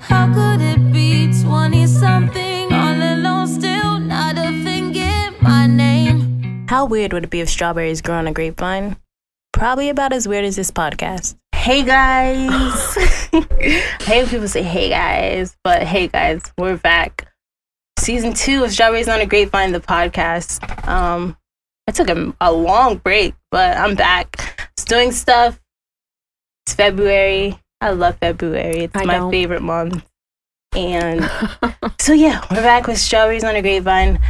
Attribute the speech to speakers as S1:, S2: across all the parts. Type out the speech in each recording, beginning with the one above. S1: How could it be 20 something all alone still not a thing in my name?
S2: How weird would it be if strawberries grew on a grapevine? Probably about as weird as this podcast.
S3: Hey guys. I hate when people say hey guys, but hey guys, we're back. Season two of Strawberries on a Grapevine, the podcast. Um, I took a, a long break, but I'm back. It's doing stuff. It's February. I love February. It's
S2: I
S3: my
S2: don't.
S3: favorite month. And so yeah, we're back with Strawberries on a Grapevine.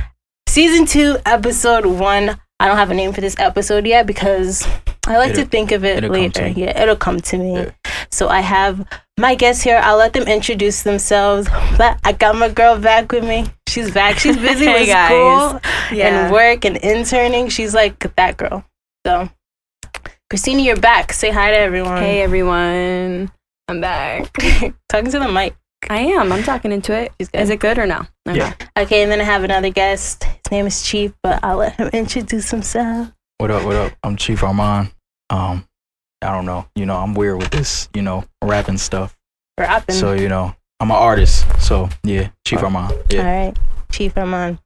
S3: Season two, episode one. I don't have a name for this episode yet because I like to
S4: It'll-
S3: think of it
S4: it'll come
S3: later.
S4: to you.
S3: Yeah, it'll come to me.
S4: Yeah.
S3: So I have my guests here. I'll let them introduce themselves. But I got my girl back with me. She's back. She's busy
S2: Hey,
S3: with
S2: guys.
S3: school
S2: Yeah.
S3: and work and interning. She's like that girl. So Christina, you're back. Say hi to everyone.
S5: Hey everyone, I'm back.
S3: Talking to the mic.
S5: I am. I'm talking into it.
S3: She's good.
S5: Is it good or no? Okay.
S4: Yeah.
S3: Okay, and then I have another guest. His name is Chief, but I'll let him introduce himself.
S4: What up? What up? I'm Chief Armand. Um, I don't know. You know, I'm weird with this. You know, rapping stuff.
S3: Rapping.
S4: So you know, I'm an artist. So yeah, Chief Armand.
S3: All
S4: Yeah.
S3: right, Chief Armand.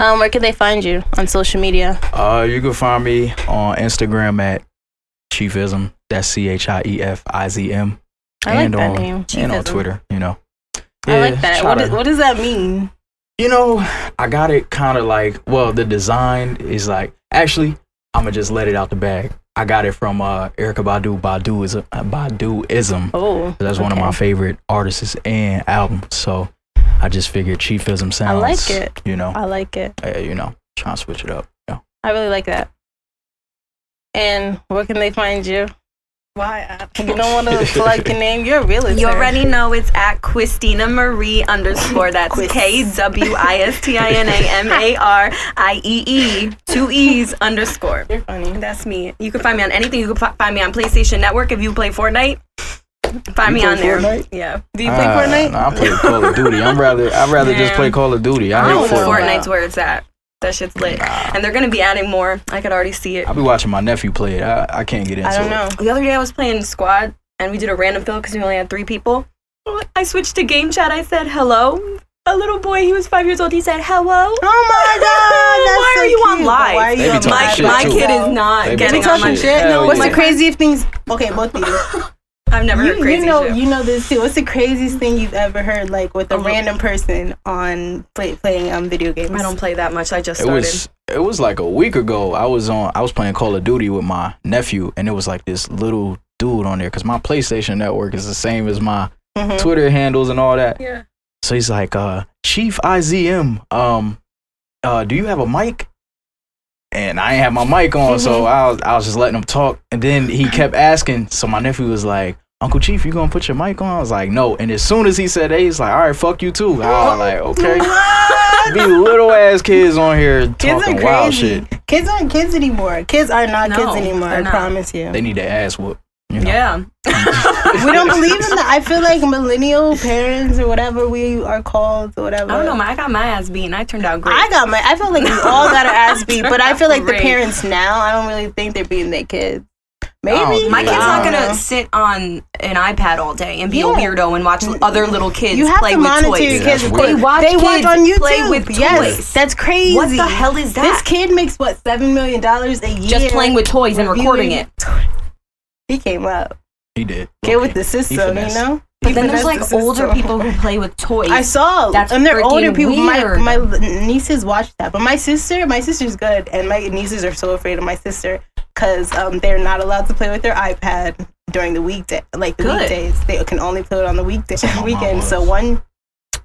S3: Um, where can they find you on social media?
S4: Uh, you can find me on Instagram at Chiefism. That's C H I E F I Z M.
S3: I like
S4: and
S3: that
S4: on
S3: name.
S4: and on
S3: Chiefism.
S4: Twitter. You know.
S3: I like that.
S4: try
S3: What,
S4: to-
S3: is, what does that mean?
S4: you know, I got it kind of like, well, the design is like, actually, I'm gonna just let it out the bag. I got it from uh, Erica Badu. Badu is Baduism.
S3: Oh,
S4: That's one of
S3: okay.
S4: my favorite artists and albums. So I just figured Chiefism sounds.
S3: I like it.
S4: You know,
S3: I like it.
S4: uh, you know, trying to switch it up. You know.
S3: I really like that. And where can they find you?
S5: Why? uh,
S3: You don't want to plug your name. You're a realtor.
S5: You already know it's at Christina Marie underscore. That's K W I S T I N A M A R I E E two E's underscore.
S3: You're funny.
S5: That's me. You can find me on anything. You can fi- find me on PlayStation Network if you play Fortnite. Find
S4: You
S5: me
S4: play
S5: on there.
S4: Fortnite?
S5: Yeah.
S3: Do you play
S4: Ah,
S3: Fortnite?
S4: no, I play Call of Duty. I'm rather I'd rather just
S5: Yeah.
S4: play Call of Duty.
S5: I
S4: I
S5: don't
S4: hate
S3: Fortnite.
S5: know.
S4: Fortnite.
S5: Fortnite's where it's at. That shit's lit. And they're gonna be adding more. I could already see it.
S4: I be watching my nephew play it. I, I can't get into
S3: I don't
S4: it.
S3: know.
S5: The other day I was playing squad and we did a random fill because we only had three people. I switched to game chat. I said hello. A little boy, he was five years old. He said hello.
S3: Oh my god!
S5: Why are you on live?
S3: Why are you
S4: They be
S3: on
S4: talking
S5: my
S3: live?
S4: shit,
S5: my
S4: too.
S5: kid is not
S4: They be
S5: getting on
S4: talking
S5: my
S4: shit.
S5: shit.
S4: Hell
S3: What's
S4: yeah.
S3: the craziest things? Okay, both of you.
S5: I've never
S3: you,
S5: heard crazy
S3: you know,
S5: shit.
S3: you know this too. What's the craziest thing you've ever heard, like with a
S5: Um,
S3: random person on play, playing um video games?
S5: I don't play that much. I just
S4: It
S5: started.
S4: was it was like a week ago. I was on I was playing Call of Duty with my nephew, and it was like this little dude on there because my PlayStation Network is the same as my
S3: Mhm.
S4: Twitter handles and all that.
S5: yeah.
S4: So he's like, uh, Chief IZM, um, uh, do you have a mic? And I ain't have my mic on,
S3: Mm-hmm.
S4: so I was, I was just letting him talk. And then he kept asking. So my nephew was like, Uncle Chief, you gonna put your mic on? I was like, no. And as soon as he said that, he's like, all right, fuck you too. I was like, okay. Be little ass kids on here
S3: Kids
S4: talking
S3: are
S4: wild
S3: crazy.
S4: shit.
S3: Kids aren't kids anymore. Kids are not
S5: No,
S3: kids anymore.
S5: they're
S3: I
S5: not.
S3: promise you.
S4: They need their ass whooped. You know?
S5: Yeah.
S3: we don't believe in that. I feel like millennial parents or whatever we are called or whatever.
S5: I don't know. My, I got my ass beat and I turned out great.
S3: I got my. I feel like we all got our ass beat, but I feel like the
S5: Great.
S3: parents now. I don't really think they're beating their kids. Maybe
S4: Oh,
S5: my kid's
S4: Yeah.
S5: not gonna sit on an iPad all day and be a
S3: Yeah.
S5: weirdo and watch other little kids
S3: You have
S5: play
S3: to
S5: with
S3: monitor
S5: toys.
S3: your
S4: Yeah,
S3: kids.
S4: that's weird.
S3: They
S4: They
S3: watch,
S5: watch kids
S3: on YouTube.
S5: play with
S3: Yes,
S5: toys.
S3: that's crazy.
S5: What the hell is that?
S3: This kid makes what seven million dollars a year
S5: Just playing with toys and recording
S3: Reviewing-
S5: it.
S3: He came up.
S4: He did.
S3: Get with the
S4: Okay.
S3: system, you
S4: finessed.
S3: know.
S5: But
S3: He
S5: then there's
S3: finessed
S5: like
S3: the
S5: older
S3: system.
S5: people who play with toys.
S3: I saw,
S5: That's
S3: and they're older
S5: freaking
S3: people.
S5: weird.
S3: My my nieces watch that, but my sister, my sister's good, and my nieces are so afraid of my sister because um, they're not allowed to play with their iPad during the weekday, like the
S5: Good.
S3: weekdays. They can only play it on the weekdays,
S4: That's what my mom
S3: weekend. So
S4: was.
S3: one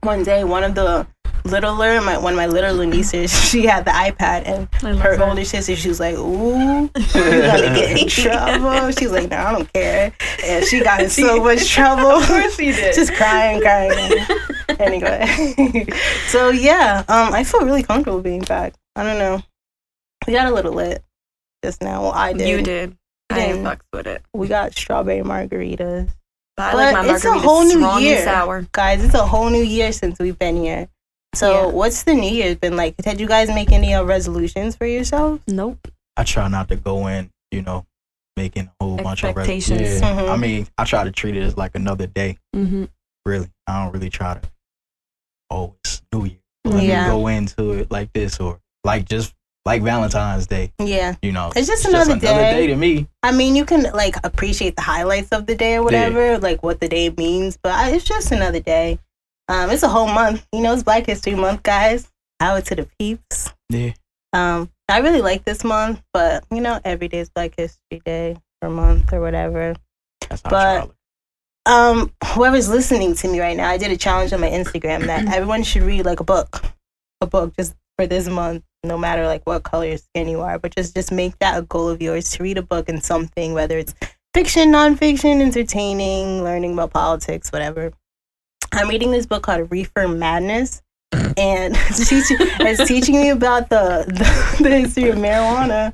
S3: one day, one of the littler, my one of my littler nieces, she had the iPad, and her older sister, she was like, "Ooh, you're gonna get in trouble." She was like, "No, I don't care," and she got in so much trouble.
S5: she did.
S3: Just crying, crying. anyway, so yeah, um, I feel really comfortable being back. I don't know. We got a little lit just now. Well, I did.
S5: you did. I
S3: Didn't.
S5: ain't fucked with it.
S3: We got strawberry margaritas,
S5: But, I like
S3: But
S5: my
S3: it's a whole
S5: margaritas
S3: new
S5: strong
S3: year.
S5: and sour.
S3: guys. It's a whole new year since we've been here. So,
S5: Yeah.
S3: what's the new year's been like? Did you guys make any uh, resolutions for yourself?
S5: Nope.
S4: I try not to go in, you know, making a whole bunch of rep-
S5: Expectations.
S4: Yeah.
S3: Mhm.
S4: I mean, I try to treat it as like another day.
S5: Mm-hmm.
S4: Really, I don't really try to. Oh, it's New Year. Let
S3: Yeah.
S4: me go into it like this, or like just like Valentine's Day.
S3: Yeah.
S4: You know,
S3: It's just another day.
S4: to me.
S3: I mean, you can like appreciate the highlights of the day or whatever, like what the day means, but I, it's just another day. Um, it's a whole month. You know, it's Black History Month, guys. Out to the peeps.
S4: Yeah.
S3: Um, I really like this month, but you know, every day is Black History Day or month or whatever.
S4: That's how
S3: But-
S4: I try to
S3: Um, whoever's listening to me right now, I did a challenge on my Instagram that everyone should read like a book, a book just for this month, no matter like what color your skin you are, but just just make that a goal of yours to read a book and something, whether it's fiction, nonfiction, entertaining, learning about politics, whatever. I'm reading this book called Reefer Madness, and it's, teaching, it's teaching me about the, the the history of marijuana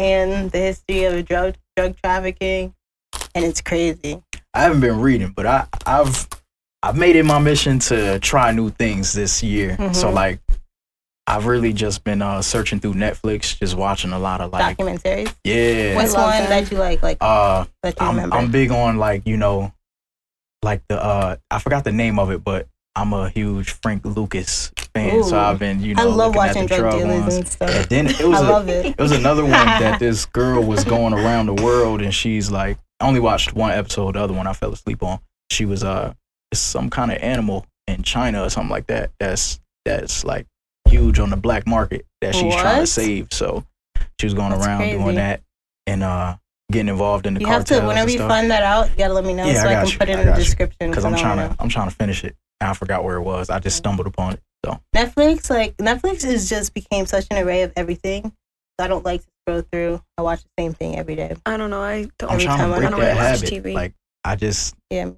S3: and the history of drug drug trafficking, and it's crazy.
S4: I haven't been reading, but I I've I've made it my mission to try new things this year. So
S3: Mhm.
S4: like I've really just been uh searching through Netflix, just watching a lot of like
S3: documentaries.
S4: yeah.
S3: What's
S5: love
S3: one
S5: them.
S3: that you like? Like
S4: uh
S3: that you
S4: I'm
S3: remember?
S4: I'm big on like, you know, like the uh I forgot the name of it, but I'm a huge Frank Lucas fan. So
S3: Ooh.
S4: I've been, you know,
S3: I love
S4: looking at
S3: watching
S4: the
S3: drug dealers
S4: ones.
S3: and stuff.
S4: And then it
S3: I
S4: was a,
S3: love it.
S4: it was another one that this girl was going around the world and she's like I only watched one episode, the other one I fell asleep on. She was uh it's some kind of animal in China or something like that that's that's like huge on the black market that she's trying to
S3: What?
S4: save. So she was going
S3: That's
S4: around
S3: crazy.
S4: doing that and uh getting involved in the
S3: You have
S4: cartels
S3: to whenever
S4: and
S3: you
S4: stuff.
S3: find that out, you gotta let me know
S4: Yeah,
S3: so
S4: I
S3: I,
S4: got
S3: can
S4: you.
S3: put it
S4: I
S3: in the
S4: got you.
S3: description.
S4: Because I'm
S3: I
S4: trying
S3: wanna
S4: to I'm trying to finish it. And I forgot where it was. I just stumbled upon it. So
S3: know. Netflix, like Netflix, is just became such an array of everything. So I don't like to scroll through. I watch the same thing every day.
S5: I don't know. I don't.
S4: I'm
S3: Every
S4: trying
S3: time
S4: to
S3: I
S4: break
S5: don't
S4: that
S5: watch
S4: habit.
S5: TV.
S4: Like I just
S3: Yeah.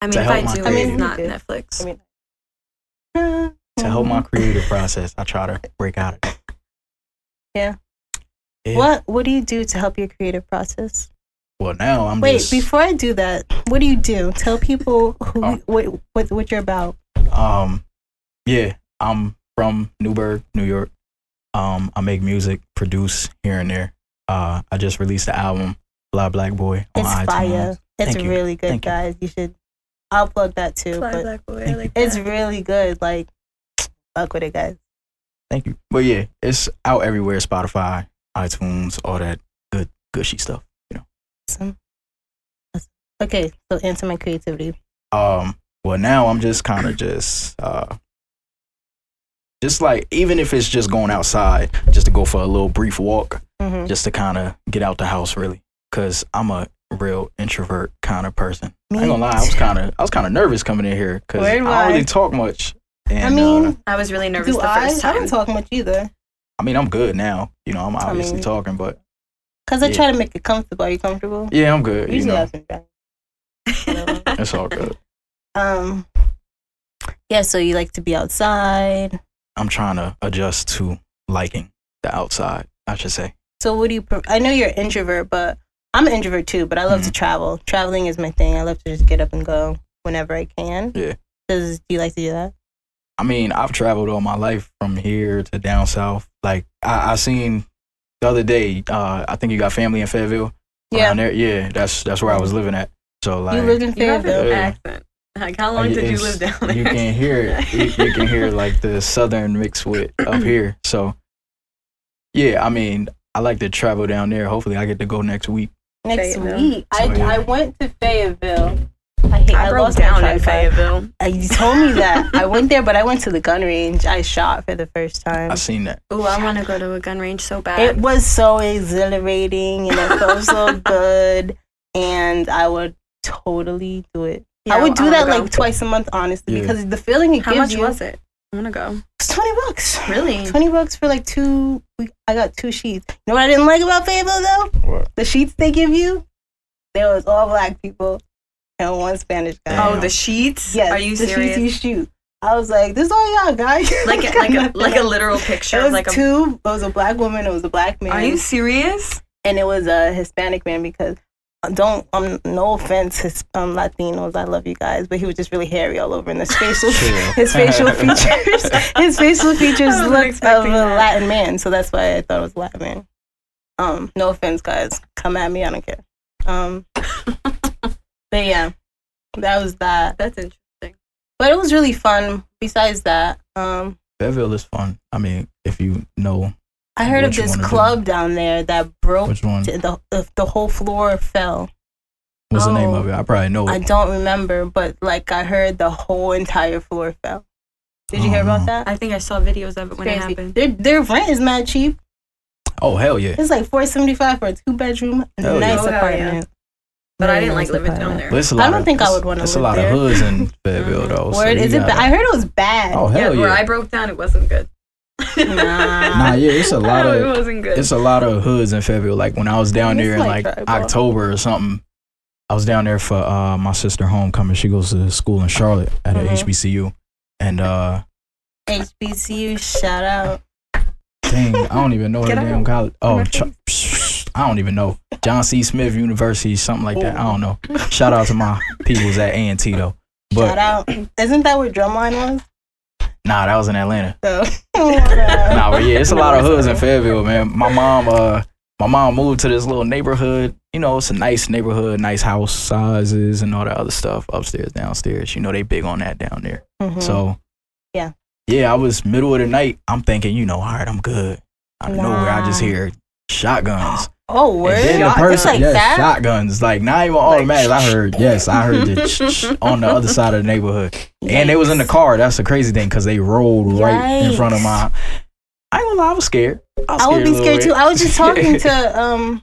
S5: I mean,
S4: to
S5: if
S4: help
S5: I
S4: my
S5: do,
S4: creative.
S5: it's not
S3: I mean,
S5: Netflix.
S3: Mm-hmm.
S4: to help my creative process, I try to break out of it.
S3: Yeah.
S4: Yeah.
S3: What What do you do to help your creative process?
S4: Well, now I'm
S3: Wait,
S4: just
S3: before I do that, what do you do? Tell people who
S4: Oh.
S3: what, what what you're about.
S4: um, yeah, I'm from Newburgh, New York. Um, I make music, produce here and there. Uh, I just released the album Blah Black Boy on
S3: It's
S4: iTunes.
S3: fire. It's
S4: Thank you.
S3: really good,
S4: Thank you.
S3: guys. You. should. I'll plug that too.
S5: Fly
S3: but
S5: Black Boy, I
S4: Thank
S5: like
S3: it's
S5: that.
S3: really good. Like, fuck with it, guys.
S4: Thank you. But yeah, it's out everywhere: Spotify, iTunes, all that good, gushy stuff.
S3: Awesome. Awesome. Okay, so answer my creativity.
S4: um well now i'm just kind of just uh just like even if it's just going outside just to go for a little brief walk
S3: hmm
S4: just to kind of get out the house really because i'm a real introvert kind of person i ain't gonna lie i was kind of i was kind of nervous coming in here because i
S3: Where do
S4: don't
S3: I-
S4: really talk much and
S3: I mean,
S4: uh,
S5: I was really nervous
S3: do
S5: the
S3: I?
S5: first
S3: I
S5: time.
S3: don't talk much either.
S4: i mean i'm good now you know i'm obviously
S3: mean-
S4: talking but
S3: Because I
S4: Yeah.
S3: try to make it comfortable. Are you comfortable?
S4: yeah i'm good you
S3: Usually
S4: know
S3: I've been drunk. Whatever.
S4: it's all good
S3: um, yeah, so you like to be outside.
S4: i'm trying to adjust to liking the outside i should say
S3: So what do you, pre- I know you're an introvert, but I'm an introvert too, but I love
S4: Mm-hmm.
S3: to travel. Traveling is my thing. I love to just get up and go whenever I can.
S4: Yeah.
S3: Does, do you like to do that?
S4: I mean, I've traveled all my life from here to down south. Like I, I seen the other day, uh, I think you got family in Fayetteville.
S3: Yeah.
S4: around there. Yeah, that's that's where I was living at. So like
S3: you lived in
S5: You have
S3: Fayetteville.
S5: an
S4: Yeah.
S5: accent. Like, how long did you
S4: it's-
S5: live down there?
S4: You can hear it. You, you can hear like the southern mixed with up here. So yeah, I mean, I like to travel down there. Hopefully, I get to go next week.
S3: Next
S5: Fayetteville.
S3: week, I,
S4: Oh, yeah.
S3: I went to Fayetteville. I hate.
S5: I
S3: I,
S5: broke
S3: lost down
S5: down
S3: my
S5: in
S3: Fayetteville.
S5: Fayetteville.
S3: You told me that I went there, but I went to the gun range. I shot for the first time.
S4: I seen that.
S5: Ooh, I want to go to a gun range so bad.
S3: It was so exhilarating, and it felt so good. And I would totally do it.
S5: Yeah,
S3: I would do
S5: wanna
S3: that
S5: go.
S3: like twice a month, honestly,
S4: Yeah.
S3: because the feeling it
S5: How
S3: gives
S5: much
S3: you.
S5: was it? I want to go.
S3: It's twenty bucks.
S5: Really?
S3: Twenty bucks for like two. We, I got two sheets. You know what I didn't like about Fayetteville though?
S4: What?
S3: The sheets they give you, there was all black people and one Spanish guy.
S4: Damn.
S5: Oh, the sheets?
S3: Yeah,
S5: Are you
S3: the
S5: serious?
S3: Sheets you shoot. I was like, this is all y'all guys.
S5: Like, a- like, a, like a literal picture.
S3: It was
S5: like a,
S3: two. It was a black woman. It was a black man.
S5: Are you serious?
S3: And it was a Hispanic man because uh, don't um no offense, his, um Latinos. I love you guys, but he was just really hairy all over, and his facial
S4: Chill.
S3: his facial features his facial features
S5: I wasn't
S3: looked of a
S5: expecting that.
S3: Latin man. So that's why I thought it was a Latin man. Um, no offense, guys. Come at me. I don't care. Um, but yeah, that was that.
S5: That's interesting.
S3: But it was really fun. Besides that, um,
S4: Fayetteville is fun. I mean, if you know
S3: I heard
S4: What
S3: of
S4: you
S3: this
S4: wanna do?
S3: club down there that broke
S4: which one,
S3: the, the the whole floor fell.
S4: what's the name
S5: Oh.
S4: of it? I probably know
S3: I
S4: it.
S3: don't remember, but like I heard the whole entire floor fell. Did you
S4: Oh,
S3: hear
S4: no.
S3: about that?
S5: I think I saw videos of it when it
S3: Crazy.
S5: happened.
S3: Their their rent is mad cheap.
S4: Oh hell yeah!
S3: It's like four seventy five for a two bedroom
S4: Hell yeah.
S3: nice
S5: Oh, hell yeah.
S3: apartment.
S5: But I
S3: Very
S5: didn't like
S3: nice
S5: living down
S3: apartment.
S5: there.
S4: There's a
S3: I
S4: lot
S3: don't
S4: of,
S3: think I
S4: it's-
S3: would wanna
S4: It's a
S3: live
S4: lot
S3: there. Mm-hmm.
S4: of hoods in Fayetteville
S5: Mhm.
S4: though. so
S3: Word,
S4: you
S3: is it?
S4: gotta-
S3: Ba- I heard it was bad.
S4: Oh
S5: yeah,
S4: hell yeah!
S5: where I broke down, it wasn't good.
S3: Nah.
S4: nah, yeah, it's a lot
S5: Oh,
S4: of
S5: it wasn't good.
S4: it's a lot of hoods in Fayetteville. Like when I was down
S3: It's
S4: there in
S3: like
S4: like
S3: tribal.
S4: October or something, I was down there for uh, my sister homecoming. She goes to school in Charlotte at a
S3: Mhm.
S4: HBCU, and uh,
S3: HBCU shout out.
S4: dang, I don't even know her
S5: Get out.
S4: damn college. Oh,
S5: my
S4: Ch- psh, I don't even know John C. Smith University, something like that. I don't know. Shout out to my peoples at A and T though.
S3: shout
S4: But
S3: out. Isn't that where Drumline was? Oh
S4: nah, that was in Atlanta.
S3: So
S4: nah, but yeah, it's a lot of hoods in Fayetteville, man. My mom, uh, my mom moved to this little neighborhood. You know, it's a nice neighborhood, nice house sizes, and all that other stuff upstairs, downstairs. You know, they big on that down there.
S3: Mhm.
S4: So,
S3: Yeah.
S4: yeah, I was middle of the night. I'm thinking, you know, all right, I'm good. Out of nowhere, I just
S3: Nah.
S4: hear shotguns.
S3: Oh word.
S4: And then the
S3: It's
S4: person,
S3: like
S4: yes,
S3: that?
S4: shotguns. Like not even automatic. I heard, yes, I heard the ch- ch- on the other side of the neighborhood, and they was in the car. That's the crazy thing because they rolled right in front of my. I ain't gonna lie, I was scared. I, was
S3: I would be scared too.
S4: I-
S3: I was just talking to um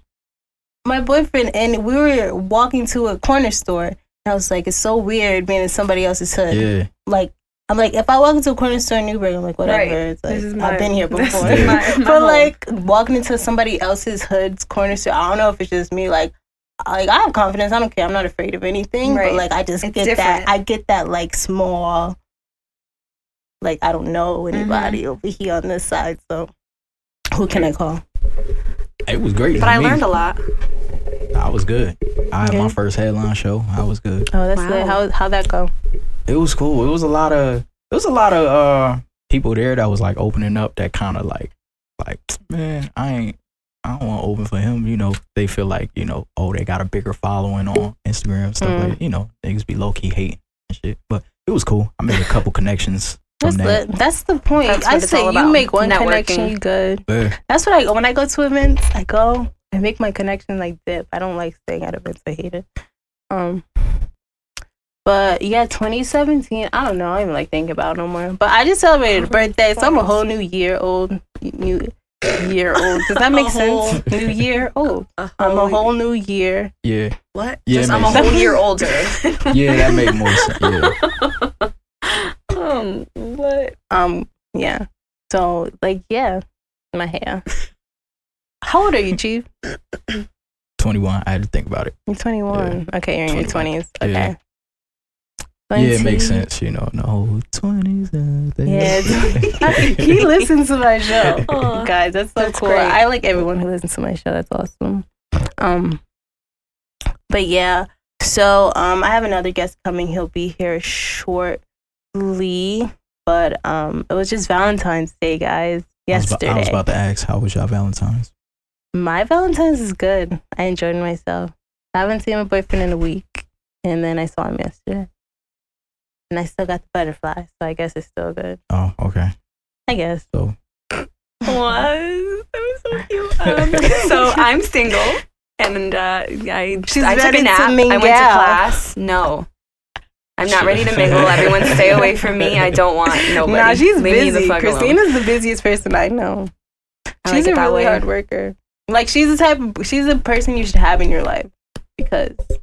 S3: my boyfriend and we were walking to a corner store. And I was like, it's so weird being in somebody else's hood.
S4: yeah,
S3: Like I'm like, if I walk into a corner store in Newburgh, I'm like, whatever. It's like I've been here
S5: This is
S3: before.
S4: Yeah.
S5: my- my
S3: But
S5: home.
S3: like walking into somebody else's hood's corner store, I don't know if it's just me. Like, I- like I have confidence. I don't care. I'm not afraid of anything.
S5: Right.
S3: But like I just
S5: It's
S3: get
S5: different.
S3: that. I get that like small. Like I don't know
S5: Mm-hmm.
S3: anybody over here on this side, so who can I call?
S4: it was great.
S5: but I learned a lot.
S4: I was good. I had
S3: Yeah.
S4: my first headline show. I was good.
S3: Oh, that's
S5: Wow. lit.
S3: How
S5: How-
S3: how that go?
S4: It was cool. It was a lot of. It was a lot of uh people there that was like opening up. That kind of like, like man, I ain't. I don't want to open for him. You know, they feel like you know, oh, they got a bigger following on Instagram stuff.
S3: Mm.
S4: Like, you know, niggas be low key hating and shit. But it was cool. I made a couple connections
S3: That's
S4: from that.
S3: lit. That's the point.
S5: That's
S3: I
S5: what it's
S3: say
S5: all
S3: you
S5: about.
S3: make one
S5: Networking.
S3: connection, you good.
S4: Yeah.
S3: That's what I when I go to events, I go, I make my connection like dip. I don't like staying at events. I hate it. Um, but yeah, 2017. I don't know. I don't even like think about it no more. But I just celebrated a birthday, so I'm a whole new year old. New year old. Does that make
S5: A whole-
S3: sense? New year old. I'm a whole new year.
S4: yeah,
S5: What?
S4: Yeah,
S5: Just
S4: it
S5: I'm a
S4: makes
S5: whole
S3: sense.
S5: year older.
S4: yeah, that made more sense. Yeah,
S5: um, what?
S3: Um, yeah. So like, yeah, my hair. How old are you, Chief?
S4: twenty one. I had to think about it.
S3: You're 21. Okay, you're in your
S4: 21.
S3: 20s. Okay.
S4: Yeah, it
S3: 20.
S4: makes sense. You know, no twenties.
S3: Yeah, he listens to my show. Guys, that's so
S5: That's
S3: cool.
S5: great.
S3: I like everyone who listens to my show. That's awesome. Um, but yeah, so um, I have another guest coming. He'll be here shortly. But um, it was just Valentine's Day, guys.
S4: I was, about,
S3: Yesterday,
S4: I was about to ask, how was y'all Valentine's?
S3: my Valentine's is good. I enjoyed myself. I haven't seen my boyfriend in a week, and then I saw him yesterday, and I still got the butterfly. So I guess it's still good.
S4: Oh, okay.
S3: I guess.
S4: So
S5: What? That was so cute. Um, so I'm single, and uh, I
S3: She's
S5: I took
S3: ready
S5: a
S3: to
S5: nap. I went
S3: mingle.
S5: to class. No. I'm not ready to mingle. Everyone, stay away from me. I don't want nobody.
S3: Nah, she's
S5: Leave
S3: busy.
S5: Me the fuck alone.
S3: Christina's the busiest person I know.
S5: I like
S3: she's
S5: it
S3: a
S5: that
S3: really
S5: way.
S3: hard worker. Like she's the type of she's the person you should have in your life because it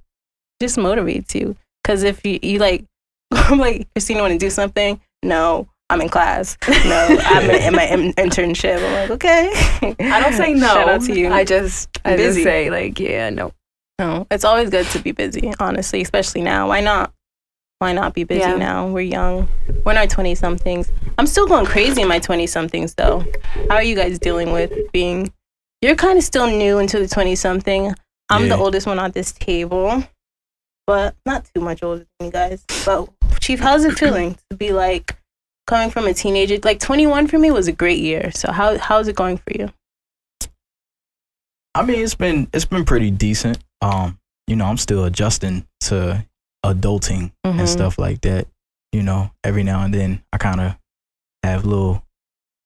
S3: just motivates you. Because if you you like, I'm like Christina want to do something. No, I'm in class. No, I'm in, in my in- internship. I'm like okay.
S5: I don't say no.
S3: Shout out to you.
S5: I just,
S3: I'm
S5: I just
S3: busy.
S5: say like, yeah, no.
S3: No, it's always good to be busy, honestly, especially now. Why not? Why not be busy
S5: Yeah.
S3: now? We're young. We're in our 20 somethings. I'm still going crazy in my 20 somethings, though. How are you guys dealing with being. You're kind of still new into the 20 something. I'm
S4: Yeah.
S3: the oldest one on this table, but not too much older than you guys. But, Chief, how's it feeling to be like coming from a teenager? Like, 21 for me was a great year. So, how how's it going for you?
S4: I mean, it's been it's been pretty decent. Um, you know, I'm still adjusting to adulting
S2: Mhm.
S3: Mm-hmm.
S4: and stuff like that. You know, every now and then I kind of have little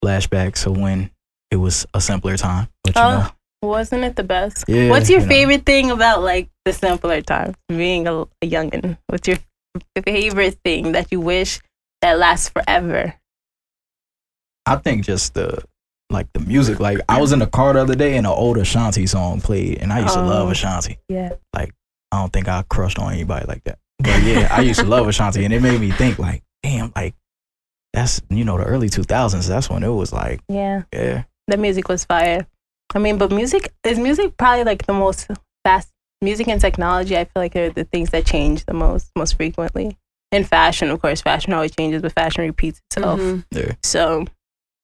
S4: flashbacks of when it was a simpler time. But you
S3: Oh, Wasn't it the best?
S4: know, yeah,
S3: What's your
S4: you know.
S3: favorite thing about like the simpler times, being a, a youngin? What's your favorite thing that you wish that lasts forever?
S4: I think just the like the music. Like I was in the car the other day and an old Ashanti song played, and I used to love
S3: Oh.
S4: Ashanti.
S3: Yeah.
S4: Like I don't think I crushed on anybody like that. But yeah, I used to love Ashanti, and it made me think like, damn, like that's you know the early two thousands. That's when it was like,
S3: Yeah,
S4: yeah,
S3: the music was fire. I mean, but music is music probably like the most fast music and technology. I feel like are the things that change the most, most frequently. And fashion, of course, fashion always changes, but fashion repeats itself.
S5: Mhm.
S4: yeah.
S3: So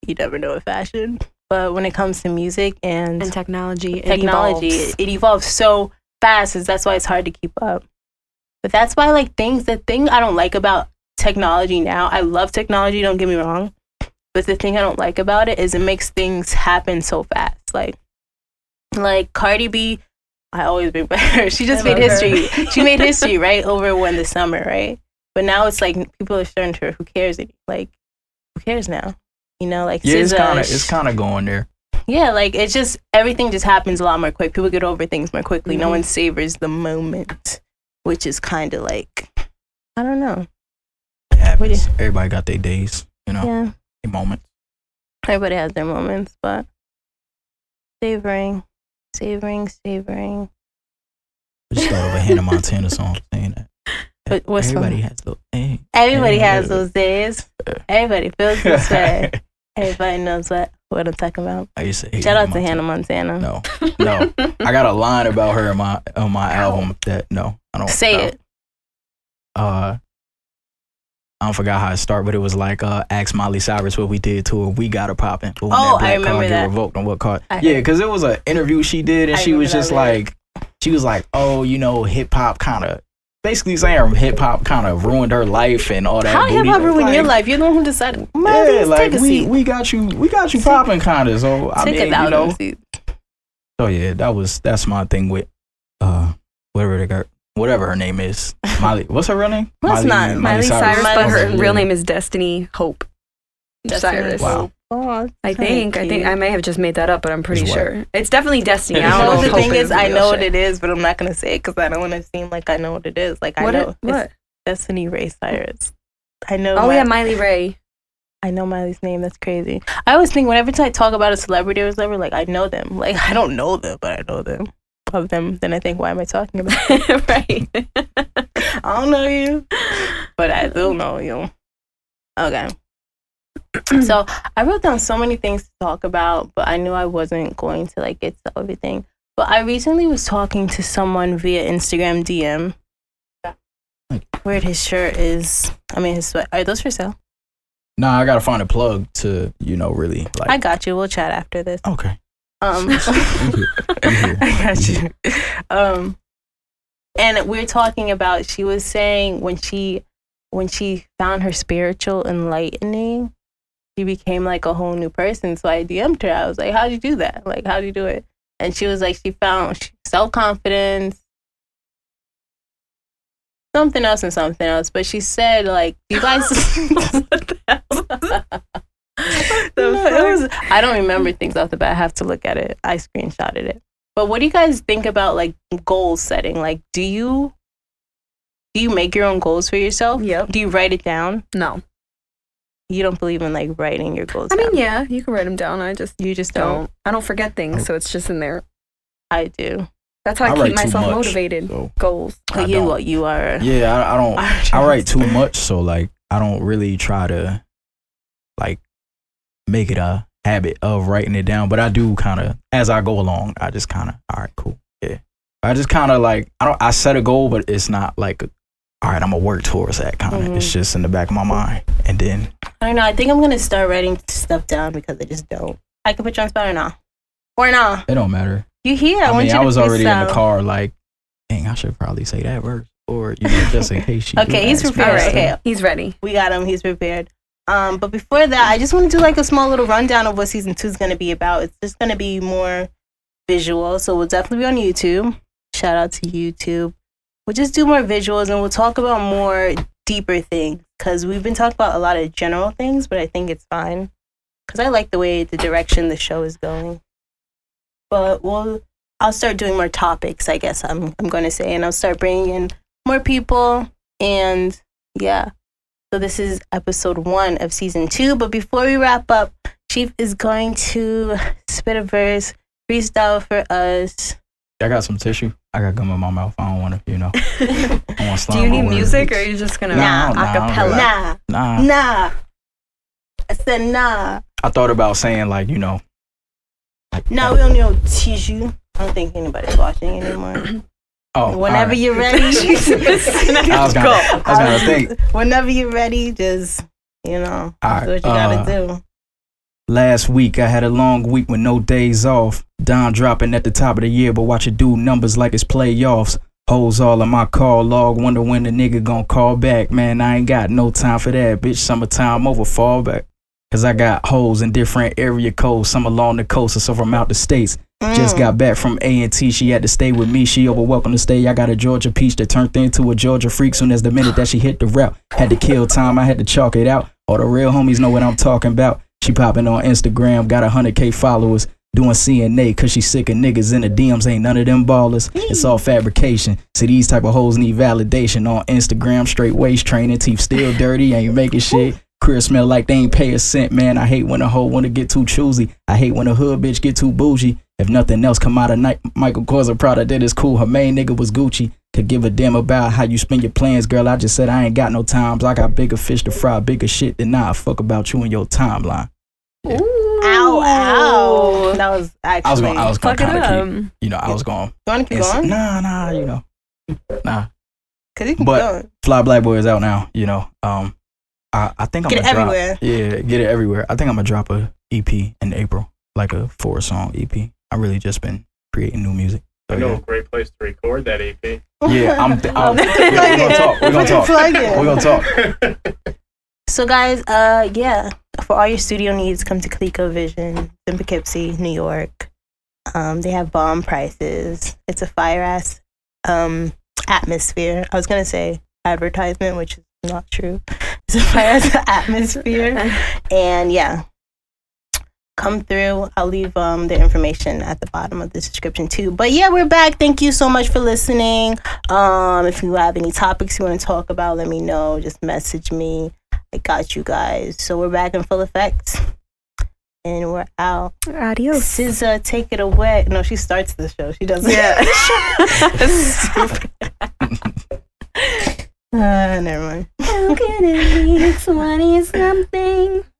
S3: you never know with fashion. But when it comes to music and,
S6: and technology. it
S3: technology,
S6: evolves.
S3: it, it evolves so fast. Is that's why it's hard to keep up. But that's why like things. The thing I don't like about technology now. I love technology. Don't get me wrong. But the thing I don't like about it is it makes things happen so fast. Like, like Cardi B. I always bring back her. She just
S5: I
S3: made
S5: love her.
S3: history. she made history right over when the summer right. But now it's like people are starting to who cares any- like who cares now. You know, like
S4: Yeah, it's
S3: SZA,
S4: kind of
S3: sh-
S4: it's kind of going there.
S3: yeah, like it's just everything just happens a lot more quick. People get over things more quickly. No
S4: Mm-hmm.
S3: one savors the moment, which is kind of like I don't know.
S4: It happens. Everybody got their days, you know,
S3: Yeah,
S4: their moments.
S3: everybody has their moments, but savoring, savoring, savoring.
S4: I just thought of a Hannah Montana song saying that.
S3: But what's song?
S4: everybody has those things.
S3: Everybody
S4: Yeah.
S3: has those days. Everybody feels this way. Everybody knows what what I'm talking about.
S4: I used to hate
S3: Shout out to
S4: Montana.
S3: Hannah Montana.
S4: No, no. I got a line about her in my on my album that no, I don't
S3: Say
S4: no.
S3: it.
S4: Uh, I don't forgot how it started, but it was like uh, ask Miley Cyrus what we did to her. We got her popping. But when
S3: Oh, I
S4: black
S3: remember
S4: card get
S3: that.
S4: revoked on what card?
S3: I
S4: Yeah, because it was an interview she did, and
S3: I
S4: she was
S3: remember
S4: just
S3: that.
S4: like, she was like, oh, you know, hip hop kind of. Basically saying hip hop kind of ruined her life and all that.
S3: How
S4: booty.
S3: have I ruined your
S4: Like,
S3: life? You're the one who decided. Miley,
S4: Yeah, like
S3: take a
S4: we,
S3: seat.
S4: we got you we got you popping kind of. So I
S3: take
S4: mean,
S3: a
S4: you
S3: thousand
S4: know,
S3: seats.
S4: so Oh, yeah, that was that's my thing with uh whatever the girl whatever her name is. Miley what's her real name?
S3: Well, it's not
S5: Miley Cyrus,
S3: Miley
S5: but her
S4: Okay,
S5: real
S4: yeah.
S5: name is Destiny Hope Cyrus.
S4: Wow.
S3: Oh,
S5: I think. I think I may have just made that up, but I'm pretty
S4: It's whack.
S5: sure it's definitely Destiny. I
S4: Well,
S5: don't know.
S3: the
S5: if Hope
S3: thing is, I
S5: real
S3: know
S5: shit.
S3: what it is, but I'm not gonna say it because I don't want to seem like I know what it is. Like I
S5: What?
S3: know
S5: it-
S3: it's
S5: what?
S3: Destiny Ray Cyrus. I know.
S5: Oh
S3: Mi-
S5: yeah, Miley Ray.
S3: I know Miley's name. That's crazy. I always think whenever I talk about a celebrity or whatever, like I know them. Like I don't know them, but I know them of them. Then I think, why am I talking about?
S5: right.
S3: I don't know you, but I do know you. Okay. so I wrote down so many things to talk about, but I knew I wasn't going to like get to everything. But I recently was talking to someone via Instagram DM. Weird, his shirt is. I mean, his sweat. Are those for sale?
S4: Nah, I gotta find a plug to, you know, really like
S3: I got you. We'll chat after this.
S4: Okay.
S3: Um,
S4: You here.
S3: I got you. Um, and we're talking about. She was saying when she when she found her spiritual enlightening, she became like a whole new person. So I DM'd her. I was like, "How'd you do that? Like, how'd you do it?" And she was like, "She found self confidence." Something else and something else, but she said like, "Do you guys?" No, it was- I don't remember things off the bat. I have to look at it. I screenshotted it. But what do you guys think about like goal setting? Like, do you do you make your own goals for yourself?
S5: Oh, Yep.
S3: Do you write it down?
S5: No.
S3: You don't believe in like writing your goals.
S5: I mean,
S3: down.
S5: yeah, you can write them down. I just
S3: you just don't.
S5: don't. I don't forget things, so it's just in there.
S3: I do.
S5: That's how I,
S4: I write
S5: keep
S4: too
S5: myself
S4: much,
S5: motivated.
S4: So
S5: Goals.
S4: I
S3: you
S4: don't.
S3: you are.
S4: Yeah, I, I don't I write too much, so like I don't really try to like make it a habit of writing it down. But I do kind of as I go along. I just kind of all right, cool, yeah. I just kind of like I don't I set a goal, but it's not like all right, I'm gonna work towards that kind of. It's
S3: Mm-hmm.
S4: just in the back of my mind, and then
S3: I don't know. I think I'm gonna start writing stuff down because I just don't. I can put you on spot or not. Or not.
S4: it don't matter.
S3: You here? I,
S4: I,
S3: want you
S4: mean, I
S3: to
S4: was already in
S3: freestyle.
S4: the car, like, dang, I should probably say that verse, or you know, just in case she. do
S3: Okay, he's
S4: ask me
S3: Yeah, prepared.
S5: All right.
S4: something.
S3: okay.
S5: He's ready.
S3: We got him. He's prepared. Um, but before that, I just want to do like a small little rundown of what season two is going to be about. It's just going to be more visual, so we'll definitely be on YouTube. Shout shout out to YouTube. We'll just do more visuals and we'll talk about more deeper things because we've been talking about a lot of general things, but I think it's fine because I like the way the direction the show is going. But we'll, I'll start doing more topics, I guess I'm, I'm going to say, and I'll start bringing in more people. And yeah, so this is episode one of season two. But before we wrap up, Chief is going to spit a verse, freestyle for us.
S4: I got some tissue. I got gum in my mouth. I don't want to, you know. I want
S5: Do you need music or are you just gonna
S4: Nah, nah, I'm
S5: acapella?
S4: relaxed.
S3: Nah,
S4: Nah.
S3: nah. I said nah.
S4: I thought about saying like, you know,
S3: Nah, we don't need no tissue. I don't think anybody's watching anymore.
S4: oh,
S3: Whenever
S4: alright.
S3: you're ready,
S4: I was gonna, I was gonna think.
S3: whenever you're ready, just you know,
S4: All right,
S3: do what you
S4: uh,
S3: gotta do.
S4: Last week, I had a long week with no days off. Don dropping at the top of the year, but watch it do numbers like it's playoffs. Holes all in my call log, wonder when the nigga gon' call back. Man, I ain't got no time for that, bitch. Summertime over, fall back. Cause I got hoes in different area codes, some along the coast and some from out the states. uh,
S3: Mm.
S4: Just got back from A&T, she had to stay with me. She over welcome to stay. I got a Georgia peach that turned into a Georgia freak soon as the minute that she hit the route. Had to kill time, I had to chalk it out. All the real homies know what I'm talking about. She popping on Instagram, got a 100k followers. Doing CNA cause she sick of niggas in the DMs, ain't none of them ballers. It's all fabrication. See, these type of hoes need validation on Instagram, straight waist training, teeth still dirty, ain't making shit. Career smell like they ain't pay a cent, man. I hate when a hoe wanna get too choosy. I hate when a hood bitch get too bougie. If nothing else come out of night, Michael Kors a product that is cool. Her main nigga was Gucci. Could give a damn about how you spend your plans, girl. I just said I ain't got no times. I got bigger fish to fry, bigger shit than I fuck about you and your timeline.
S3: Ow, ow. That was actually.
S4: I was going, I was going
S5: Fuck
S4: to
S5: it
S4: kind of keep,
S5: up.
S4: you know, I was going,
S3: you want to keep
S4: it's,
S3: going?
S4: nah, nah, you know, nah.
S3: Because you can
S4: but-
S3: go.
S4: Fly Black Boy is out now, you know. Um, I, I think I'm
S3: Get
S4: gonna
S3: it
S4: drop,
S3: everywhere.
S4: Yeah, get it everywhere. I think I'm gonna drop a EP in April, like a four song EP. I really just been creating new music. So,
S6: I know a great place to record that E EP.
S4: yeah. yeah, I'm. Th- I'm
S3: Plug
S4: yeah, we're gonna
S3: it.
S4: talk. We're gonna talk.
S3: Plug it.
S4: We're gonna talk.
S3: So guys, uh yeah, for all your studio needs, come to Coleco Vision in Poughkeepsie, New York. Um, they have bomb prices. It's a fire ass um atmosphere. I was gonna say advertisement, which is not true. It's a fire ass atmosphere. And yeah. Come through. I'll leave um the information at the bottom of the description too. But yeah, we're back. Thank you so much for listening. Um if you have any topics you want to talk about, let me know. Just message me. I got you guys. So we're back in full effect. And we're out.
S2: Adios.
S3: SZA, take it away. No, she starts the show. She doesn't.
S5: Yeah.
S3: Uh, never mind. Uh,
S1: How could it be 20 something?